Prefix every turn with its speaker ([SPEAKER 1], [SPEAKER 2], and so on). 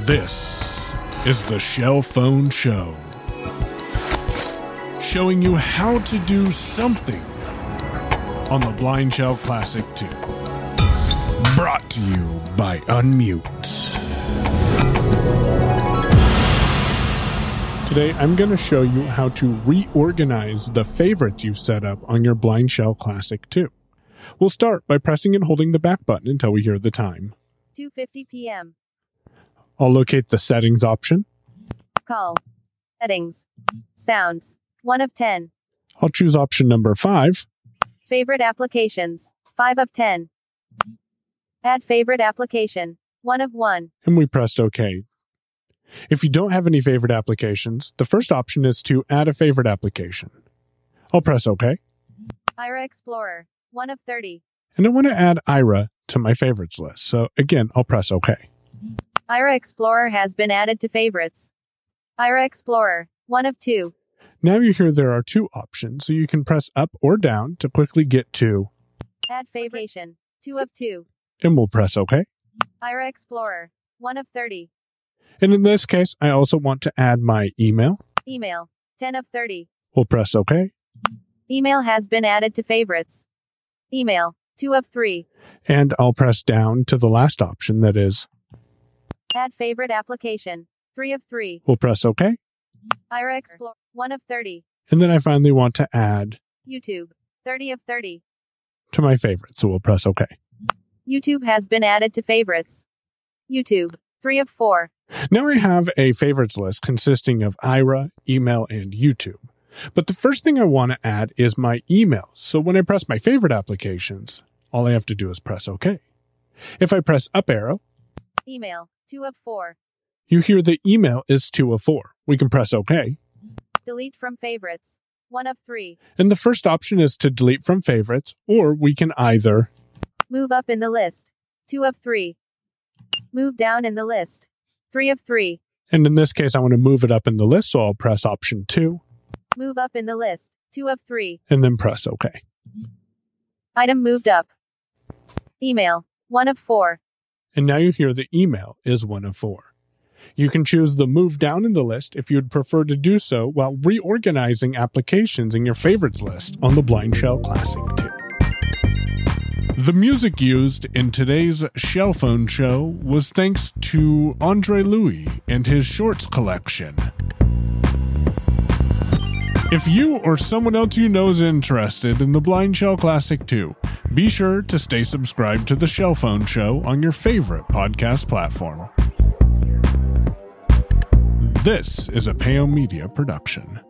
[SPEAKER 1] This is the Shell Phone Show, showing you how to do something on the Blind Shell Classic 2. Brought to you by Unmute. Today, I'm going to show you how to reorganize the favorites you've set up on your Blind Shell Classic 2. We'll start by pressing and holding the back button until we hear the time.
[SPEAKER 2] 2:50 p.m.
[SPEAKER 1] I'll locate the settings option.
[SPEAKER 2] Call. Settings. Sounds. 1 of 10.
[SPEAKER 1] I'll choose option number five.
[SPEAKER 2] Favorite applications. 5 of 10. Add favorite application. 1 of 1.
[SPEAKER 1] and we pressed OK. If you don't have any favorite applications, the first option is to add a favorite application. I'll press OK,
[SPEAKER 2] Ira Explorer. 1 of 30.
[SPEAKER 1] and I want to add Ira to my favorites list. So again, I'll press OK.
[SPEAKER 2] Ira Explorer has been added to favorites. Ira Explorer. 1 of 2.
[SPEAKER 1] Now you hear there are two options, so you can press up or down to quickly get to,
[SPEAKER 2] Add vacation. 2 of 2.
[SPEAKER 1] and we'll press OK.
[SPEAKER 2] Ira Explorer. 1 of 30.
[SPEAKER 1] And in this case, I also want to add my email.
[SPEAKER 2] Email. 10 of 30.
[SPEAKER 1] We'll press OK,
[SPEAKER 2] Email has been added to favorites. Email. 2 of 3.
[SPEAKER 1] and I'll press down to the last option that is,
[SPEAKER 2] Add favorite application. 3 of 3.
[SPEAKER 1] we'll press OK.
[SPEAKER 2] Ira Explorer. 1 of 30.
[SPEAKER 1] And then I finally want to add
[SPEAKER 2] YouTube. 30 of 30.
[SPEAKER 1] to my favorites, so we'll press OK.
[SPEAKER 2] YouTube has been added to favorites. YouTube. 3 of 4.
[SPEAKER 1] Now I have a favorites list consisting of IRA, email, and YouTube. But the first thing I want to add is my email. So when I press my favorite applications, all I have to do is press OK. If I press up arrow,
[SPEAKER 2] Email. 2 of 4.
[SPEAKER 1] you hear the email is 2 of 4. We can press OK.
[SPEAKER 2] Delete from favorites. 1 of 3.
[SPEAKER 1] And the first option is to delete from favorites, or we can either,
[SPEAKER 2] Move up in the list. 2 of 3. Move down in the list. 3 of 3.
[SPEAKER 1] and in this case, I want to move it up in the list. So I'll press option 2
[SPEAKER 2] Move up in the list. 2 of 3.
[SPEAKER 1] and then press OK.
[SPEAKER 2] Item moved up. Email. 1 of 4.
[SPEAKER 1] and now you hear the email is one of four. You can choose the move down in the list if you'd prefer to do so while reorganizing applications in your favorites list on the Blind Shell Classic 2. The music used in today's Shell Phone Show was thanks to Andre Louis and his shorts collection. If you or someone else you know is interested in the Blind Shell Classic 2, be sure to stay subscribed to the Shell Phone Show on your favorite podcast platform. This is a Peo Media production.